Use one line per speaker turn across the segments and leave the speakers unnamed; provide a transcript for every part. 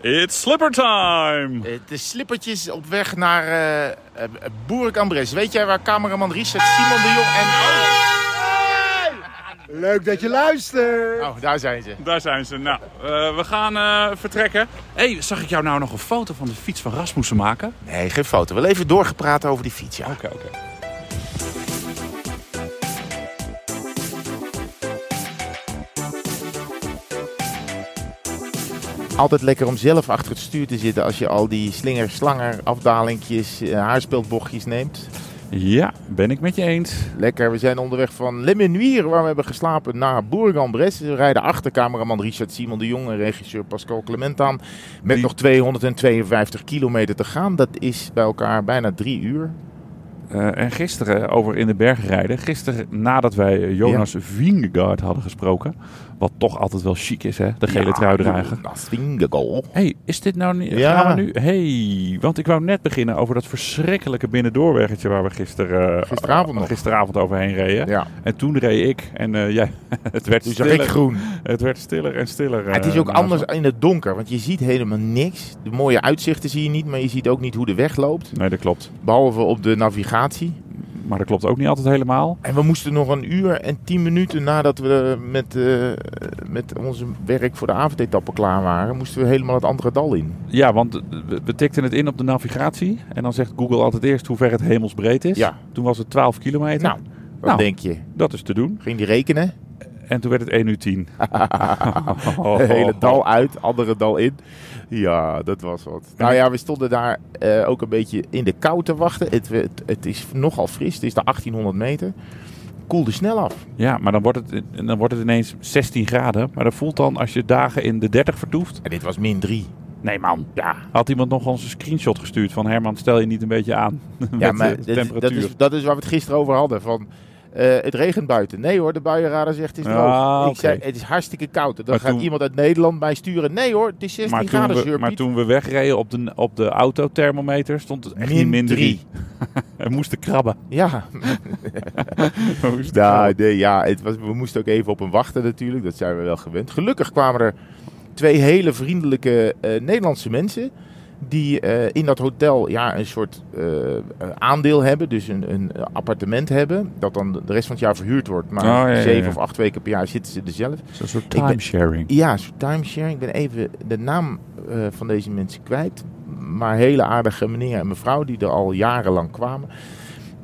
It's slipper time!
Eh, de slippertjes op weg naar eh eh, Boerik Ambres. Weet jij waar cameraman Richard, Simon de Jong en...
Leuk dat je luistert.
Oh, daar zijn ze.
Daar zijn ze. Nou, eh, we gaan eh, vertrekken. Hé, hey, zag ik jou nou nog een foto van de fiets van Rasmussen maken?
Nee, geen foto. Wel even doorgepraat over die fiets, ja.
Oké, oké.
Altijd lekker om zelf achter het stuur te zitten als je al die slinger-slanger-afdalingjes, eh, haarspeldbochtjes neemt.
Ja, ben ik met je eens.
Lekker, we zijn onderweg van Le Menuire, waar we hebben geslapen, naar Bourg-en-Bresse. We rijden achter cameraman Richard Simon de Jong en regisseur Pascal Clement aan. Met
Die-
nog 252 kilometer te gaan. Dat is bij elkaar bijna drie uur.
Eh, en gisteren over in de bergen rijden. Gisteren nadat wij eh, Jonas Vingegaard hadden gesproken. Wat toch altijd wel chic is, hè? De gele trui dragen.
Nothing goal.
Hé, hey, is dit nou niet...
Ja.
Gaan we nu... hey, want ik wou net beginnen over dat verschrikkelijke binnendoorweggetje... waar we gisteren, eh,
Gisteravond nog.
gisteravond overheen reden.
Ja,
En toen reed ik en eh, jij... het, werd
toen zag ik
stiller,
groen.
het werd stiller en stiller.
het is
eh,
ook
naast
anders
me.
in het donker, want je ziet helemaal niks. De mooie uitzichten zie je niet, maar je ziet ook niet hoe de weg loopt.
Nee, dat klopt.
Behalve op de navigatie.
Maar dat klopt ook niet altijd helemaal.
En we moesten nog een uur en tien minuten nadat we met, eh, met onze werk voor de avondetappe klaar waren, moesten we helemaal het andere dal in.
Ja, want we, we tikten het in op de navigatie. En dan zegt Google altijd eerst hoe ver het hemelsbreed is.
Ja.
Toen was het 12 kilometer.
Nou, wat
Nou.
denk je?
Dat is te doen.
Ging die rekenen?
En toen werd het 1 uur 10. Oh.
Het hele dal uit, andere dal in. Ja, dat was wat. Nou ja, we stonden daar eh, ook een beetje in de kou te wachten. Het, het, het is nogal fris, het is de 1800 meter. Koelde snel af.
Ja, maar dan wordt, het, en dan wordt het ineens 16 graden. Maar dat voelt dan als je dagen in de 30 vertoeft.
En dit was min 3.
Nee man, ja. Had iemand nog ons een screenshot gestuurd van Herman, stel je niet een beetje aan. met
Ja, maar
de
dat, is-
temperatuur.
dat, is, dat is waar we het gisteren over hadden. Van, eh, het regent buiten. Nee hoor, de buienradar zegt het is droog.
Ah,
Ik
oké.
zei, het is hartstikke koud. En Dan
Maar
gaat
toen-
iemand uit Nederland bij sturen. Nee hoor, het is 16
maar, toen
graden,
we,
zeurpiet.
maar toen we wegreden op de, op de autothermometer stond het echt niet min 3. We moesten krabben.
Ja,
We moesten
nou,
krabben.
nee, ja het was, we moesten ook even op hem wachten natuurlijk. Dat zijn we wel gewend. Gelukkig kwamen er twee hele vriendelijke eh, Nederlandse mensen... die eh, in dat hotel ja, een soort eh, aandeel hebben. Dus een, een appartement hebben. Dat dan de rest van het jaar verhuurd wordt. Maar
Oh, ja, ja,
zeven
ja.
of acht weken per jaar zitten ze er zelf.
Zo'n soort
ben-
timesharing.
Ja, een soort timeshare. Ik ben even de naam eh, van deze mensen kwijt. Maar hele aardige meneer en mevrouw die er al jarenlang kwamen.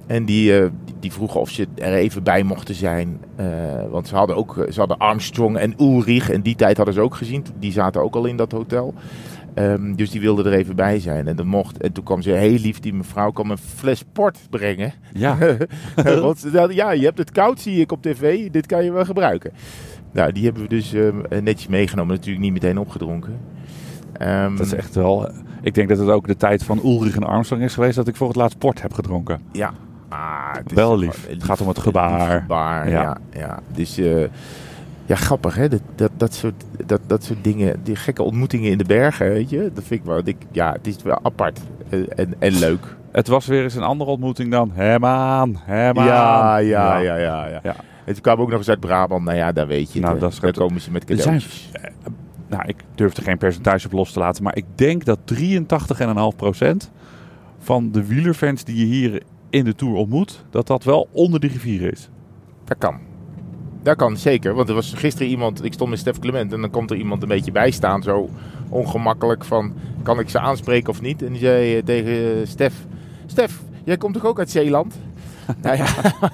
En die, eh, die- die vroegen of ze er even bij mochten zijn. Eh, want ze hadden ook eh, ze hadden Armstrong en Ulrich. En die tijd hadden ze ook gezien. Die zaten ook al in dat hotel. Ehm, dus die wilden er even bij zijn. En, dat mocht, en toen kwam ze heel lief, die mevrouw kwam een fles port brengen.
Ja.
Want ze zeiden, ja, je hebt het koud, zie ik op tv. Dit kan je wel gebruiken. Nou, die hebben we dus ehm, netjes meegenomen. Natuurlijk niet meteen opgedronken. Ehm,
Dat is echt wel. eh, Ik denk dat het ook de tijd van Ulrich en Armstrong is geweest dat ik voor het laatst port heb gedronken.
Ja. Ah, het is
Wel
gewoon
lief.
een
Het gaat om het gebaar.
lief gebaar, ja. ja,
Ja.
Dus eh, ja, grappig hè. Dat, dat, dat, soort, dat, dat soort dingen, die gekke ontmoetingen in de bergen, weet je. Dat vind ik wel, ik, ja, het is wel apart eh, en, en leuk.
Het was weer eens een andere ontmoeting dan. Herman, Herman.
Ja, ja, ja, ja, ja.
Ja.
En toen kwamen we ook nog eens uit Brabant. Nou ja, daar weet je het,
Nou,
hè.
dat is
Daar
goed.
komen ze met
Er zijn,
cadeautjes.
eh, nou, ik durf er geen percentage op los te laten, maar ik denk dat 83,5% van de wielerfans die je hier in de Tour ontmoet, dat dat wel onder de rivier is.
Dat kan. Dat kan zeker. Want er was gisteren iemand. Ik stond met Stef Clement. En dan komt er iemand een beetje bij staan. Zo ongemakkelijk. Van kan ik ze aanspreken of niet? En die zei eh, tegen eh, Stef: Stef, jij komt toch ook uit Zeeland? nou ja,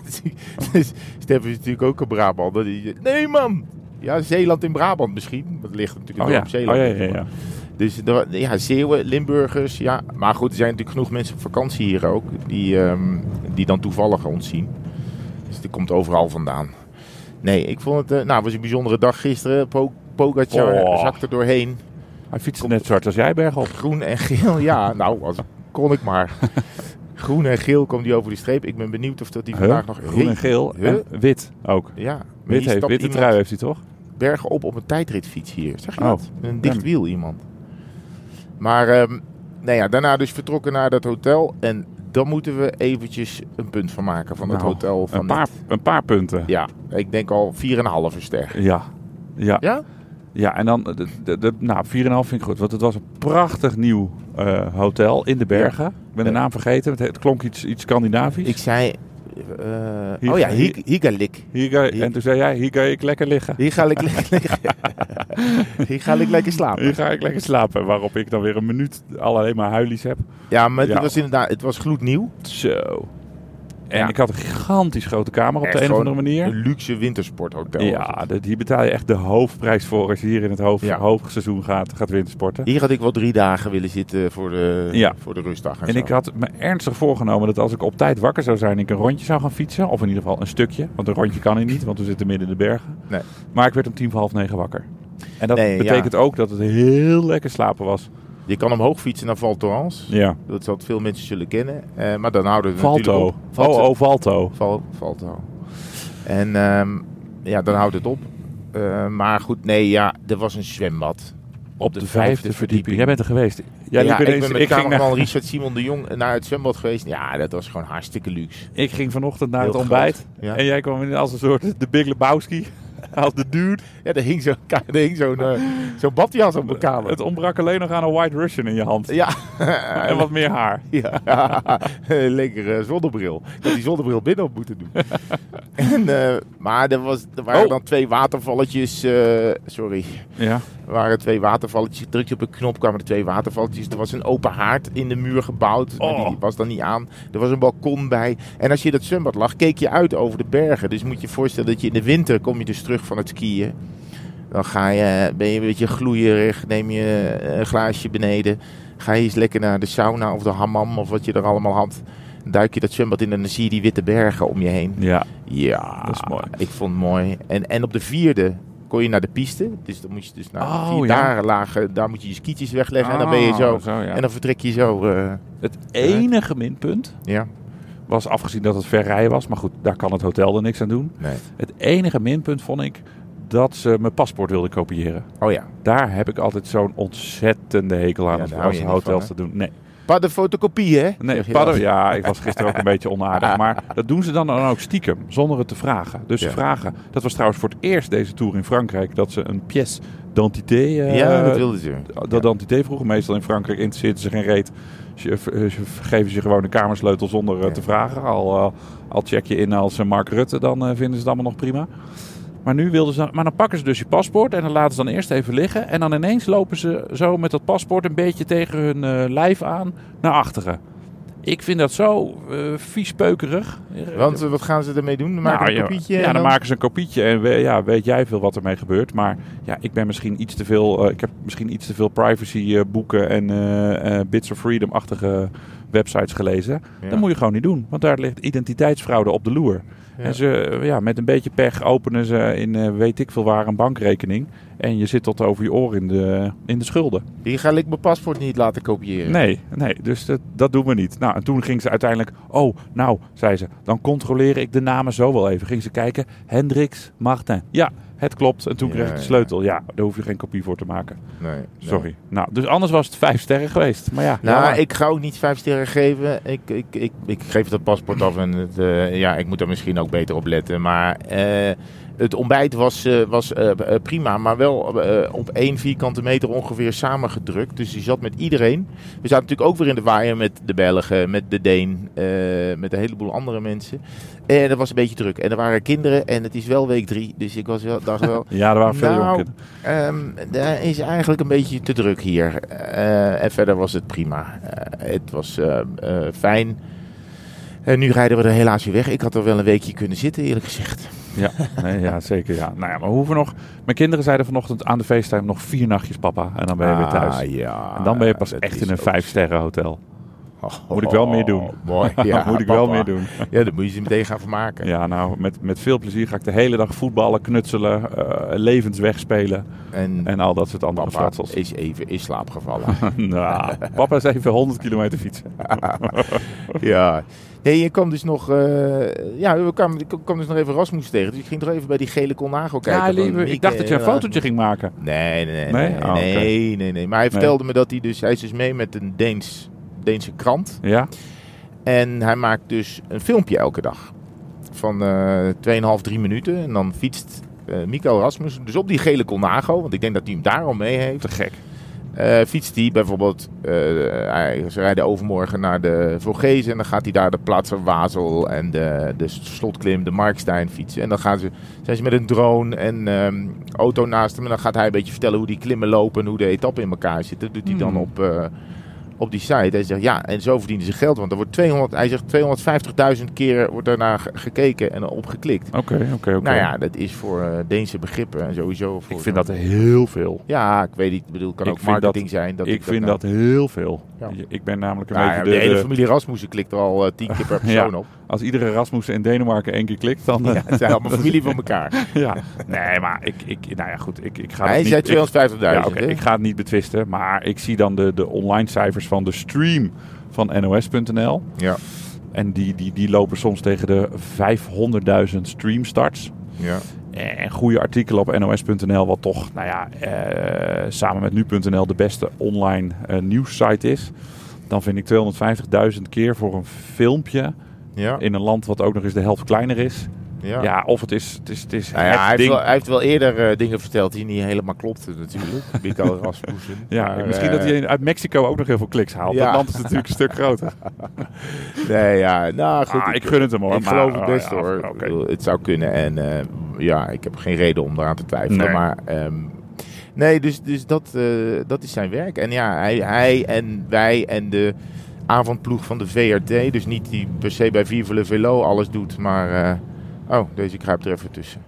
dus Stef is natuurlijk ook een Brabant. Nee, man. Ja, Zeeland in Brabant misschien. Dat ligt natuurlijk wel
ja.
op Zeeland.
Oh, ja, ja, ja.
Dus er- ja, Zeeuwen, Limburgers. Ja. Maar goed, er zijn natuurlijk genoeg mensen op vakantie hier ook. Die, ehm, die dan toevallig ons zien. Dus die komt overal vandaan. Nee, ik vond het... eh, nou, het was een bijzondere dag gisteren. Po Pogacar
Oh.
zak er doorheen.
Hij fietst net zo hard als jij bergop.
Groen en geel. Ja, nou, als kon ik maar. Groen en geel kwam die over die streep. Ik ben benieuwd of dat die
Huh?
vandaag nog...
Groen en geel
Huh?
en wit ook.
Ja, maar
Wit
hier
heeft,
stapt
witte
iemand
trui heeft hij toch?
bergen op op een tijdritfiets hier. Zeg je
Oh.
dat? Een dicht wiel iemand. Maar ehm, nou ja, daarna dus vertrokken naar dat hotel. En dan moeten we eventjes een punt van maken van het
Nou,
hotel. Van
Een paar, een paar punten.
Ja, ik denk al 4,5 ster.
Ja. Ja.
Ja?
Ja, en dan, de, de, de, nou, 4,5 vind ik goed. Want het was een prachtig nieuw eh, hotel in de bergen. Ik ben de
Ja.
naam vergeten. Het, het klonk iets, iets Scandinavisch.
Ik zei... eh, oh ja, hier, hier ga ik.
Hier ga,
Hier-
en toen zei jij, hier ga ik lekker liggen.
Hier ga ik, le- lekker- hier ga ik lekker slapen.
Hier ga ik lekker slapen. Waarop ik dan weer een minuut alleen maar huilies heb.
Ja, maar het
Ja.
was inderdaad, het was gloednieuw.
Zo. En
Ja.
ik had een gigantisch grote kamer op
Echt
de een of
gewoon
andere manier.
Een luxe wintersporthotel. was
Ja,
het.
dat- hier betaal je echt de hoofdprijs voor als je hier in het hoofd,
Ja.
hoogseizoen gaat, gaat wintersporten.
Hier had ik wel drie dagen willen zitten voor de,
Ja.
voor de rustdag. En,
En
zo.
ik had me ernstig voorgenomen dat als ik op tijd wakker zou zijn, ik een rondje zou gaan fietsen. Of in ieder geval een stukje, want een rondje kan ik niet, want we zitten midden in de bergen.
Nee.
Maar ik werd om tien voor half negen wakker. En dat
Nee, ja.
betekent ook dat het heel lekker slapen was.
Je kan omhoog fietsen naar Val Thorens.
Ja.
Dat zal veel mensen zullen kennen. Eh, maar dan houden we
Valto.
natuurlijk
Oh,
op.
oh, Valto.
Val, Valto. En ehm, ja, dan houdt het op. Eh, maar goed, nee, ja, er was een zwembad.
Op de, vijfde verdieping. Jij bent er geweest. Jij
ja,
liep
ik
ineens-
ben met
ging
cameraman
naar-
Richard Simon de Jong naar het zwembad geweest. Ja, dat was gewoon hartstikke luxe.
Ik ging vanochtend naar
Heel
het ontbijt.
groot. Ja.
En jij kwam in als een soort de Big Lebowski. Als de dude.
Ja, er hing zo'n ka- er hing zo'n eh, zo'n badjas op mijn kamer.
Het ontbrak alleen nog aan een White Russian in je hand.
ja.
En wat meer haar.
Ja, lekkere zonnebril. Ik had die zonnebril binnen op moeten doen. en, eh, maar er, was, er waren
Oh.
dan twee watervalletjes. eh, sorry.
Ja.
Er waren twee watervalletjes. Druk je op een knop, kwamen er twee watervalletjes. Er was een open haard in de muur gebouwd. maar
Oh.
Die was dan niet aan. Er was een balkon bij. En als je in dat zwembad lag, keek je uit over de bergen. Dus moet je je voorstellen dat je in de winter kom je dus terug van het skiën. Dan ga je, ben je een beetje gloeierig, neem je eh, een glaasje beneden. Ga je eens lekker naar de sauna of de hammam of wat je er allemaal had. Duik je dat zwembad in en dan zie je die witte bergen om je heen.
Ja.
Ja,
Ah, Dat is mooi.
ik vond het mooi. En, en op de vierde kon je naar de piste. Dus dan moet je dus naar
Oh,
vier
ja.
dagen lagen, daar moet je je skietjes wegleggen. en dan ben je
Ah,
zo.
ja.
En dan vertrek je zo. eh,
Het enige minpunt
ja.
was afgezien dat het ver rijden was. Maar goed, daar kan het hotel er niks aan doen.
Nee.
Het enige minpunt vond ik dat ze mijn paspoort wilden kopiëren.
Oh ja.
Daar heb ik altijd zo'n ontzettende hekel aan
Ja,
als,
daar hou
als
je niet
hotels
van,
te doen. Nee.
Pas de fotocopie, hè?
Nee,
Zeg je
padden,
dat?
ja, ik was gisteren ook een beetje onaardig. Maar dat doen ze dan, dan ook stiekem, zonder het te vragen. Dus ze
Ja.
vragen. Dat was trouwens voor het eerst deze tour in Frankrijk. Dat ze een pièce d'identité. eh,
ja, dat wilden ze.
dat d'identité vroegen. Meestal in Frankrijk interesseert ze geen reet. Ze, eh, ze geven ze gewoon de kamersleutel zonder eh,
Ja.
te vragen. Al, eh, al check je in als eh, Mark Rutte, dan eh, vinden ze het allemaal nog prima. Maar nu wilden ze dan, maar dan pakken ze dus je paspoort en dan laten ze dan eerst even liggen. En dan ineens lopen ze zo met dat paspoort een beetje tegen hun eh, lijf aan naar achteren. Ik vind dat zo eh viespeukerig.
Want eh, wat gaan ze ermee doen? Dan maken
Nou,
een
ja,
kopietje.
Ja,
en
dan, maken ze een kopietje en we- ja, weet jij veel wat ermee gebeurt. Maar ja, ik ben misschien iets te veel. eh, ik heb misschien iets te veel privacy eh, boeken en eh, eh, bits of freedom-achtige websites gelezen.
Ja.
Dat moet je gewoon niet doen, want daar ligt identiteitsfraude op de loer.
Ja.
En ze, eh, ja, met een beetje pech openen ze in eh, weet ik veel waar een bankrekening. En je zit tot over je oor in de, in de schulden.
Hier ga ik mijn paspoort niet laten kopiëren.
Nee, nee, dus dat, dat doen we niet. Nou, en toen ging ze uiteindelijk... Oh, nou, zei ze, dan controleer ik de namen zo wel even. Ging ze kijken, Hendricks, Martin. Ja, het klopt. En toen
Ja,
kreeg ik de
ja.
sleutel. Ja, daar hoef je geen kopie voor te maken.
Nee, nee.
Sorry. Nou, dus anders was het vijf sterren geweest. Maar ja,
Nou,
jammer.
ik ga ook niet vijf sterren geven. Ik, ik, ik, ik geef dat paspoort af en het, eh, ja, ik moet daar misschien ook beter op letten. Maar eh, het ontbijt was, eh, was eh, eh, prima, maar wel eh, op één vierkante meter ongeveer samengedrukt. Dus je zat met iedereen. We zaten natuurlijk ook weer in de waaier met de Belgen, met de Deen, eh, met een heleboel andere mensen. En dat was een beetje druk. En er waren kinderen en het is wel week drie, dus ik was wel, dacht wel...
ja, er waren veel
Nou,
jonge kinderen.
Ehm, daar is eigenlijk een beetje te druk hier. Eh, en verder was het prima. Eh, het was eh, eh, fijn. En nu rijden we er helaas weer weg. Ik had er wel een weekje kunnen zitten, eerlijk gezegd.
Ja, nee, ja, zeker. Ja. Nou ja, maar we hoeven nog... Mijn kinderen zeiden vanochtend aan de feesttijd nog vier nachtjes papa. En dan ben je weer thuis.
Ah, ja.
En dan ben je pas
Dat
echt
is
in een
ook-
vijf sterren hotel.
Oh,
Moet ik wel meer doen.
Mooi. Ja,
Moet ik wel
papa.
meer doen.
Ja, daar moet je ze meteen gaan vermaken.
Ja, nou, met, met veel plezier ga ik de hele dag voetballen, knutselen, eh, levensweg spelen
En,
en al dat soort andere
papa
fratels.
is even in slaap gevallen.
nou, papa is even 100 kilometer fietsen.
ja. Nee, je kwam dus nog... eh, ja, we kwamen, ik kwam dus nog even Rasmus tegen. Dus ik ging toch even bij die gele Colnago kijken.
Ja,
van
lieve, ik
Mieke
dacht dat je een
en-
fotootje ging maken.
Nee, nee, nee.
Nee?
Nee,
Ah, oké.
nee, nee, nee. Maar hij
Nee.
vertelde me dat hij dus... Hij is dus mee met een Deens, Deense krant.
Ja?
En hij maakt dus een filmpje elke dag. Van eh 2,5, 3 minuten. En dan fietst eh, eh Mikael Rasmussen. Dus op die gele Colnago, want ik denk dat hij hem daarom mee heeft.
Te gek.
Eh, fietst hij bijvoorbeeld, eh, hij- ze rijden overmorgen naar de Vorgezen en dan gaat hij daar de plaatsen Wazel en de, de slotklim, de Markstein fietsen. En dan gaan ze, zijn ze met een drone en ehm, auto naast hem en dan gaat hij een beetje vertellen hoe die klimmen lopen en hoe de etappen in elkaar zitten. Dat doet hij dan
Hmm.
op, eh, op die site. Hij zegt ja, en zo verdienen ze geld, want er wordt 200, hij zegt 250.000 keer wordt daarna ge- gekeken en opgeklikt.
Oké, oké, oké.
Nou ja, dat is voor eh, Deense begrippen en sowieso. Voor
ik
zo'n-
vind dat heel veel.
Ja, ik weet niet. Ik bedoel, het kan
Ik
ook
vind dat-
marketing zijn. Dat
ik vind
nou-
dat heel veel.
Ja.
Ik ben namelijk een
Nou ja,
beetje
de,
de,
hele
de-
familie Rasmussen klikt er al eh, tien keer per persoon op.
Als iedere Rasmussen in Denemarken één keer klikt, dan... eh,
Ja, het zijn allemaal familie van elkaar.
ja. Nee, maar ik, ik... Nou ja, goed. Ik, ik ga
Hij
dat
zei
niet...
250.000.
ik- Ja, oké,
hè?
ik ga het niet betwisten, maar ik zie dan de, de online cijfers van de stream van NOS.nl.
ja,
En die, die, die lopen soms tegen de 500.000 streamstarts.
ja.
En goede artikelen op NOS.nl, wat toch nou ja, eh, samen met nu.nl de beste online eh, nieuwssite is. Dan vind ik 250.000 keer voor een filmpje
ja,
in een land wat ook nog eens de helft kleiner is.
ja.
Ja, of het is het, is, het, is
Nou ja,
het
hij, heeft
ding.
wel, hij heeft wel eerder eh, dingen verteld die niet helemaal klopten natuurlijk. Mikael Rasmussen.
ja,
Maar,
misschien
eh,
dat hij uit Mexico ook nog heel veel kliks haalt.
ja.
Dat land is natuurlijk een stuk groter.
Nee, ja, nou goed.
Ah,
ik,
ik gun het hem hoor.
ik
maar-
geloof het
oh,
best
ja,
hoor.
oké.
Ik bedoel, Het zou kunnen en eh, ja, ik heb geen reden om eraan te twijfelen.
Nee.
Maar ehm, nee, dus, dus dat, eh, dat is zijn werk. En ja, hij, hij en wij en de avondploeg van de VRT, dus niet die per se bij Vive le Velo alles doet, maar... eh, oh, deze kruipt er even tussen.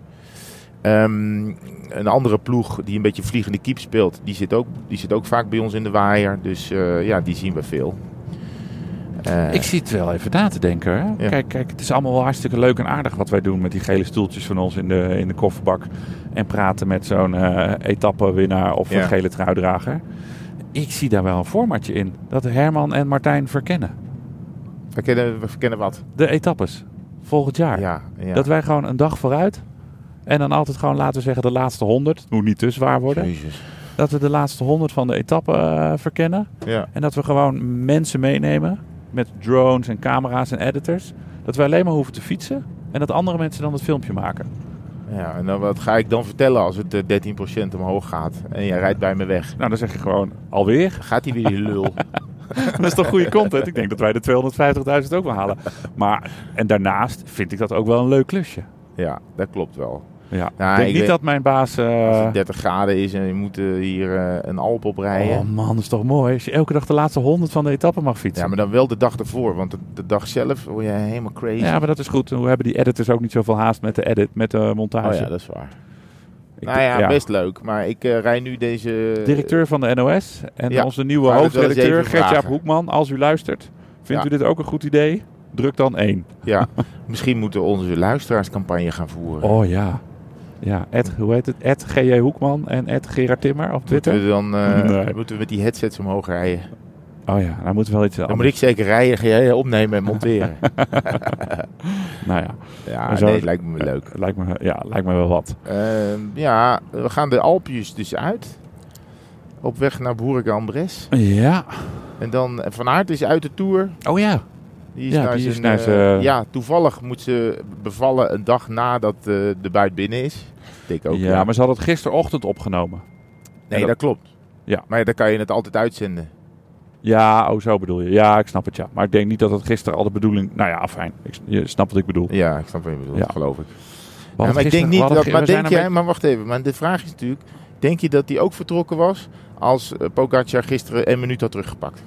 Ehm, een andere ploeg die een beetje vliegende kiep speelt, die zit ook, die zit ook vaak bij ons in de waaier. Dus eh, ja, die zien we veel. Eh,
Ik zit wel even na te denken. Hè?
Ja.
Kijk, kijk, het is allemaal wel hartstikke leuk en aardig wat wij doen met die gele stoeltjes van ons in de, in de kofferbak. En praten met zo'n eh etappewinnaar of
Ja.
een gele truidrager. Ik zie daar wel een formatje in. Dat Herman en Martijn verkennen.
we, kennen, we kennen wat.
De etappes. Volgend jaar.
Ja, ja.
Dat wij gewoon een dag vooruit. En dan altijd gewoon laten we zeggen de laatste 100. Het moet niet te zwaar worden.
Jezus.
Dat we de laatste 100 van de etappe eh, verkennen.
Ja.
En dat we gewoon mensen meenemen met drones en camera's en editors. Dat we alleen maar hoeven te fietsen en dat andere mensen dan het filmpje maken.
ja, en dan, wat ga ik dan vertellen als het eh, 13% omhoog gaat en jij rijdt bij me weg?
Nou, dan zeg je gewoon alweer.
Gaat hij weer die lul?
Dat is toch goede content? Ik denk dat wij de 250.000 ook wel halen. Maar, en daarnaast vind ik dat ook wel een leuk klusje.
ja, dat klopt wel.
Ja.
Nou,
ik denk
ik
niet
weet-
dat mijn baas... eh,
Als het 30 graden is en je moet eh, hier eh, een Alp oprijden.
oh man, dat is toch mooi. Als je elke dag de laatste 100 van de etappe mag fietsen.
ja, maar dan wel de dag ervoor, want de, de dag zelf word je helemaal crazy.
Ja, maar dat is goed. We hebben die editors ook niet zoveel haast met de edit, met de montage.
oh ja, dat is waar.
Ik
nou
denk-
ja,
ja.
best leuk, maar ik eh rij nu deze...
directeur van de NOS en
eh, Ja,
onze nieuwe
wou dat wel eens
hoofdredacteur
even vragen.
Gert-Jaap Hoekman. Als u luistert, vindt
Ja.
u dit ook een goed idee? Druk dan 1.
Ja, misschien moeten we onze luisteraarscampagne gaan voeren.
Oh ja. Ja, Ed, hoe heet het? Ed G.J. Hoekman en Ed Gerard Timmer op
moeten,
Twitter.
we dan, eh,
Nee.
moeten we met die headsets omhoog rijden?
Oh ja, daar moeten we wel iets
Dan
aan.
moet ik zeker rijden, ga jij opnemen en monteren.
Nou ja,
ja,
Maar zo-
nee, lijkt me leuk.
lijkt me, ja, lijkt me wel wat.
Ehm, ja, we gaan de Alpjes dus uit. Op weg naar Boerik Ambres.
Ja.
En dan eh, Van Aert is uit de Tour.
Oh ja.
Die is
Ja,
naar
die is
zijn,
naar
eh,
zijn-
ja, toevallig moet ze bevallen een dag nadat eh, de buit binnen is. Ik ook.
ja, maar ze hadden het gisterochtend opgenomen.
nee, dat, klopt.
Ja.
Maar dan kan je het altijd uitzenden.
Ja, oh zo bedoel je. Ja, ik snap het ja. Maar ik denk niet dat het gisteren al de bedoeling... Nou ja, fijn. Ik, je snapt wat ik bedoel.
Ja, ik snap wat je bedoelt,
Ja.
geloof ik.
We
Ja,
hadden
maar ik denk
gisteren- we
niet
hadden
dat.
ge-
Maar
we zijn
denk
een
jij, maar wacht even. Maar de vraag is natuurlijk: denk je dat hij ook vertrokken was als eh, Pogacar gisteren een minuut had teruggepakt?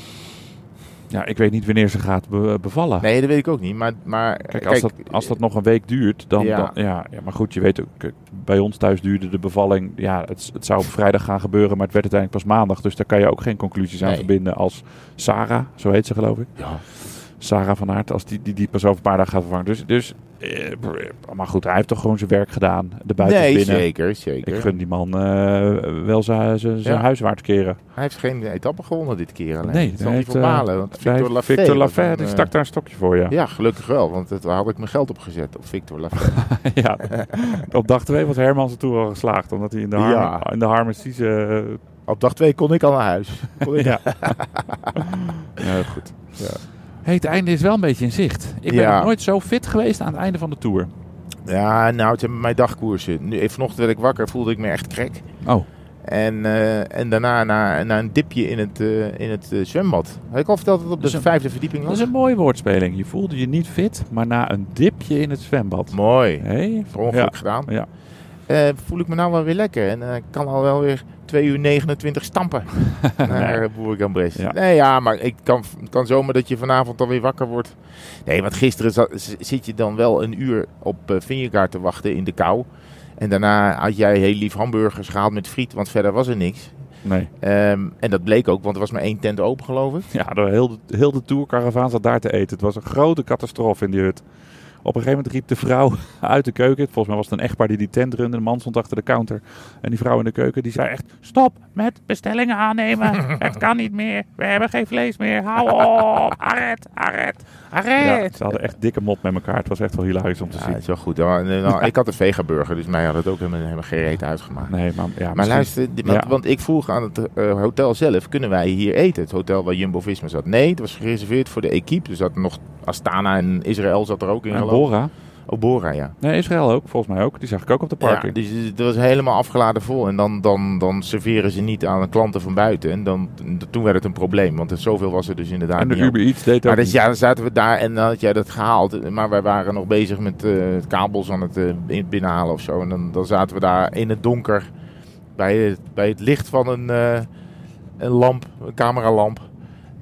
beetje- Ja, ik weet niet wanneer ze gaat be- bevallen.
Nee, dat weet ik ook niet. Maar, maar
Kijk, als, dat, als dat nog een week duurt, dan...
Ja.
Ja, dan, ja, ja maar goed, je weet ook... kijk, Bij ons thuis duurde de bevalling... Ja, het, het zou op vrijdag gaan gebeuren, maar het werd uiteindelijk pas maandag. Dus daar kan je ook geen conclusies aan
Nee.
verbinden als Sarah, zo heet ze geloof ik.
Ja.
Sarah van Aert, als die, die, die pas over een paar dagen gaat vervangen. Dus, dus... eh, Maar goed, hij heeft toch gewoon zijn werk gedaan. De buiten
nee,
binnen.
zeker, zeker.
Ik gun die man eh, wel zijn zijn- zijn
Ja.
huiswaarts keren.
Hij heeft geen etappe gewonnen dit keer. Alleen.
Nee,
dat zal
hij
niet
heeft,
vermalen. Want Victor Lafay.
Victor
was
Lafay,
een,
die
eh,
stak daar een stokje voor, ja.
Ja, gelukkig wel, want het- daar had ik mijn geld op gezet, op Victor Lafay.
Ja, op dag 2 was Hermans er toen al geslaagd. Omdat hij in de, harm,
Ja.
in de harmonicische...
op dag twee kon ik al naar huis. Kon ik-
ja. ja, goed.
Oh, Ja.
Hey, het einde is wel een beetje in zicht. Ik ben
Ja.
nog nooit zo fit geweest aan het einde van de Tour.
Ja, nou, het zijn mijn dagkoersen. Nu, eh, vanochtend werd ik wakker, voelde ik me echt krek.
Oh,
En, eh, en daarna na, na een dipje in het, eh, in het eh, zwembad. Had ik al verteld dat het op
Dat is
de
Dus een-
vijfde verdieping
dat
was?
is een mooie woordspeling. Je voelde je niet fit, maar na een dipje in het zwembad.
Mooi.
Hé?
Per ongeluk gedaan.
Ja.
Eh, voel ik me nou wel weer lekker. En eh, ik kan al wel weer 2 uur 29 stampen naar eh, Boer aan Brest.
Ja.
Nee, ja, maar ik kan, het kan zomaar dat je vanavond alweer wakker wordt. Nee, want gisteren zat- z- zit je dan wel een uur op eh Vingegaard te wachten in de kou. En daarna had jij heel lief hamburgers gehaald met friet, want verder was er niks.
Nee.
Ehm, en dat bleek ook, want er was maar één tent open, geloof ik.
Ja, de, heel, de, heel de tourcaravaan zat daar te eten. Het was een grote catastrofe in die hut. Op een gegeven moment riep de vrouw uit de keuken. Volgens mij was het een echtpaar die die tent runde. De man stond achter de counter. En die vrouw in de keuken die zei echt... Stop met bestellingen aannemen. Het kan niet meer. We hebben geen vlees meer. Hou op. Arret, arret, arret. ze hadden echt dikke mot met elkaar. Het was echt wel hilarisch om te
Ja,
zien.
dat is wel goed. Nou, nou, ik had een vegaburger, dus mij had het ook helemaal, helemaal geen reet uitgemaakt.
Nee, maar, ja,
Maar
misschien-
luister, die- want,
Ja.
want ik vroeg aan het eh, hotel zelf, kunnen wij hier eten? Het hotel waar Jumbo-Visma zat. Nee, het was gereserveerd voor de equipe. Er zat nog Astana en Israël zat er ook in.
En
geloof ik.
Bora.
Oh, Bora, ja.
Nee, Israël ook. Volgens mij ook. Die zag ik ook op de
ja.
parking.
Dus het was helemaal afgeladen vol. En dan, dan, dan serveren ze niet aan de klanten van buiten. En dan, toen werd het een probleem, want er- zoveel was er dus inderdaad
en de
niet aan.
Uber Eats deed ook
Maar dus
niet.
ja, dan zaten we daar en dan had jij dat gehaald. Maar wij waren nog bezig met eh, kabels aan het eh, in- binnenhalen of zo. En dan, dan zaten we daar in het donker bij het, bij het licht van een, eh, een lamp, een cameralamp.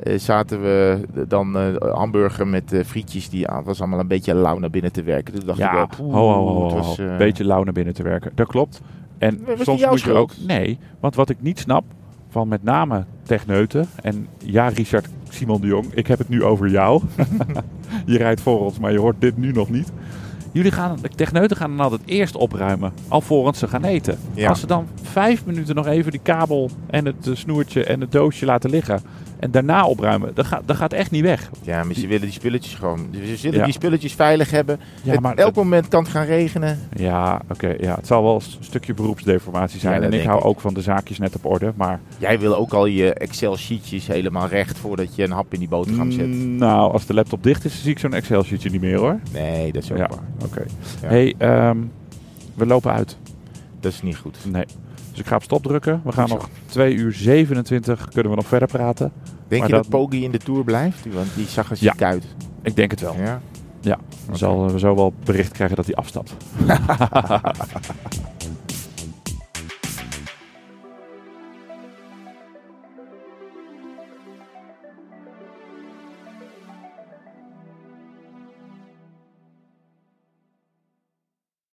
eh, zaten we dan eh, hamburger met eh, frietjes. Die ah, was allemaal een beetje lauw naar binnen te werken. Toen dacht ik wel,
Ja,
poeh,
ho, ho, ho, ho,
het was,
ho.
eh,
beetje lauw naar binnen te werken. Dat klopt. En
Maar was die
soms
jouw
moet je ook...
schuld?
Nee, want wat ik niet snap van met name techneuten... en ja, Richard Simon de Jong, ik heb het nu over jou. je rijdt voor ons, maar je hoort dit nu nog niet. Jullie gaan, techneuten gaan dan altijd eerst opruimen, alvorens ze gaan eten.
Ja.
Als ze dan vijf minuten nog even die kabel en het eh, snoertje en het doosje laten liggen... en daarna opruimen, dat, gaat dat gaat echt niet weg.
Ja, maar ze willen die spulletjes gewoon. Ze willen
Ja.
die spulletjes veilig hebben.
Ja,
Het-
maar-
elk moment kan het gaan regenen.
Ja, oké. ja. Het zal wel een s- stukje beroepsdeformatie zijn.
Ja, dat
en ik
denk
hou
ik.
ook van de zaakjes net op orde. Maar
Jij wil ook al je Excel-sheetjes helemaal recht voordat je een hap in die boterham zet.
Mm, nou, als de laptop dicht is, zie ik zo'n Excel-sheetje niet meer hoor.
Nee, dat is ook
Ja,
waar.
oké.
Ja.
hey, ehm, we lopen uit.
Dat is niet goed.
Nee. Dus ik ga op stop drukken. We gaan
Goed zo.
nog 2 uur 27. Kunnen we nog verder praten?
Denk
Maar
je dat,
dat-
Poggi in de Tour blijft? Want die zag er
Ja.
ziek uit.
Ik denk het wel. eh,
Ja.
Ja. Dan zal we zo wel bericht krijgen dat hij afstapt.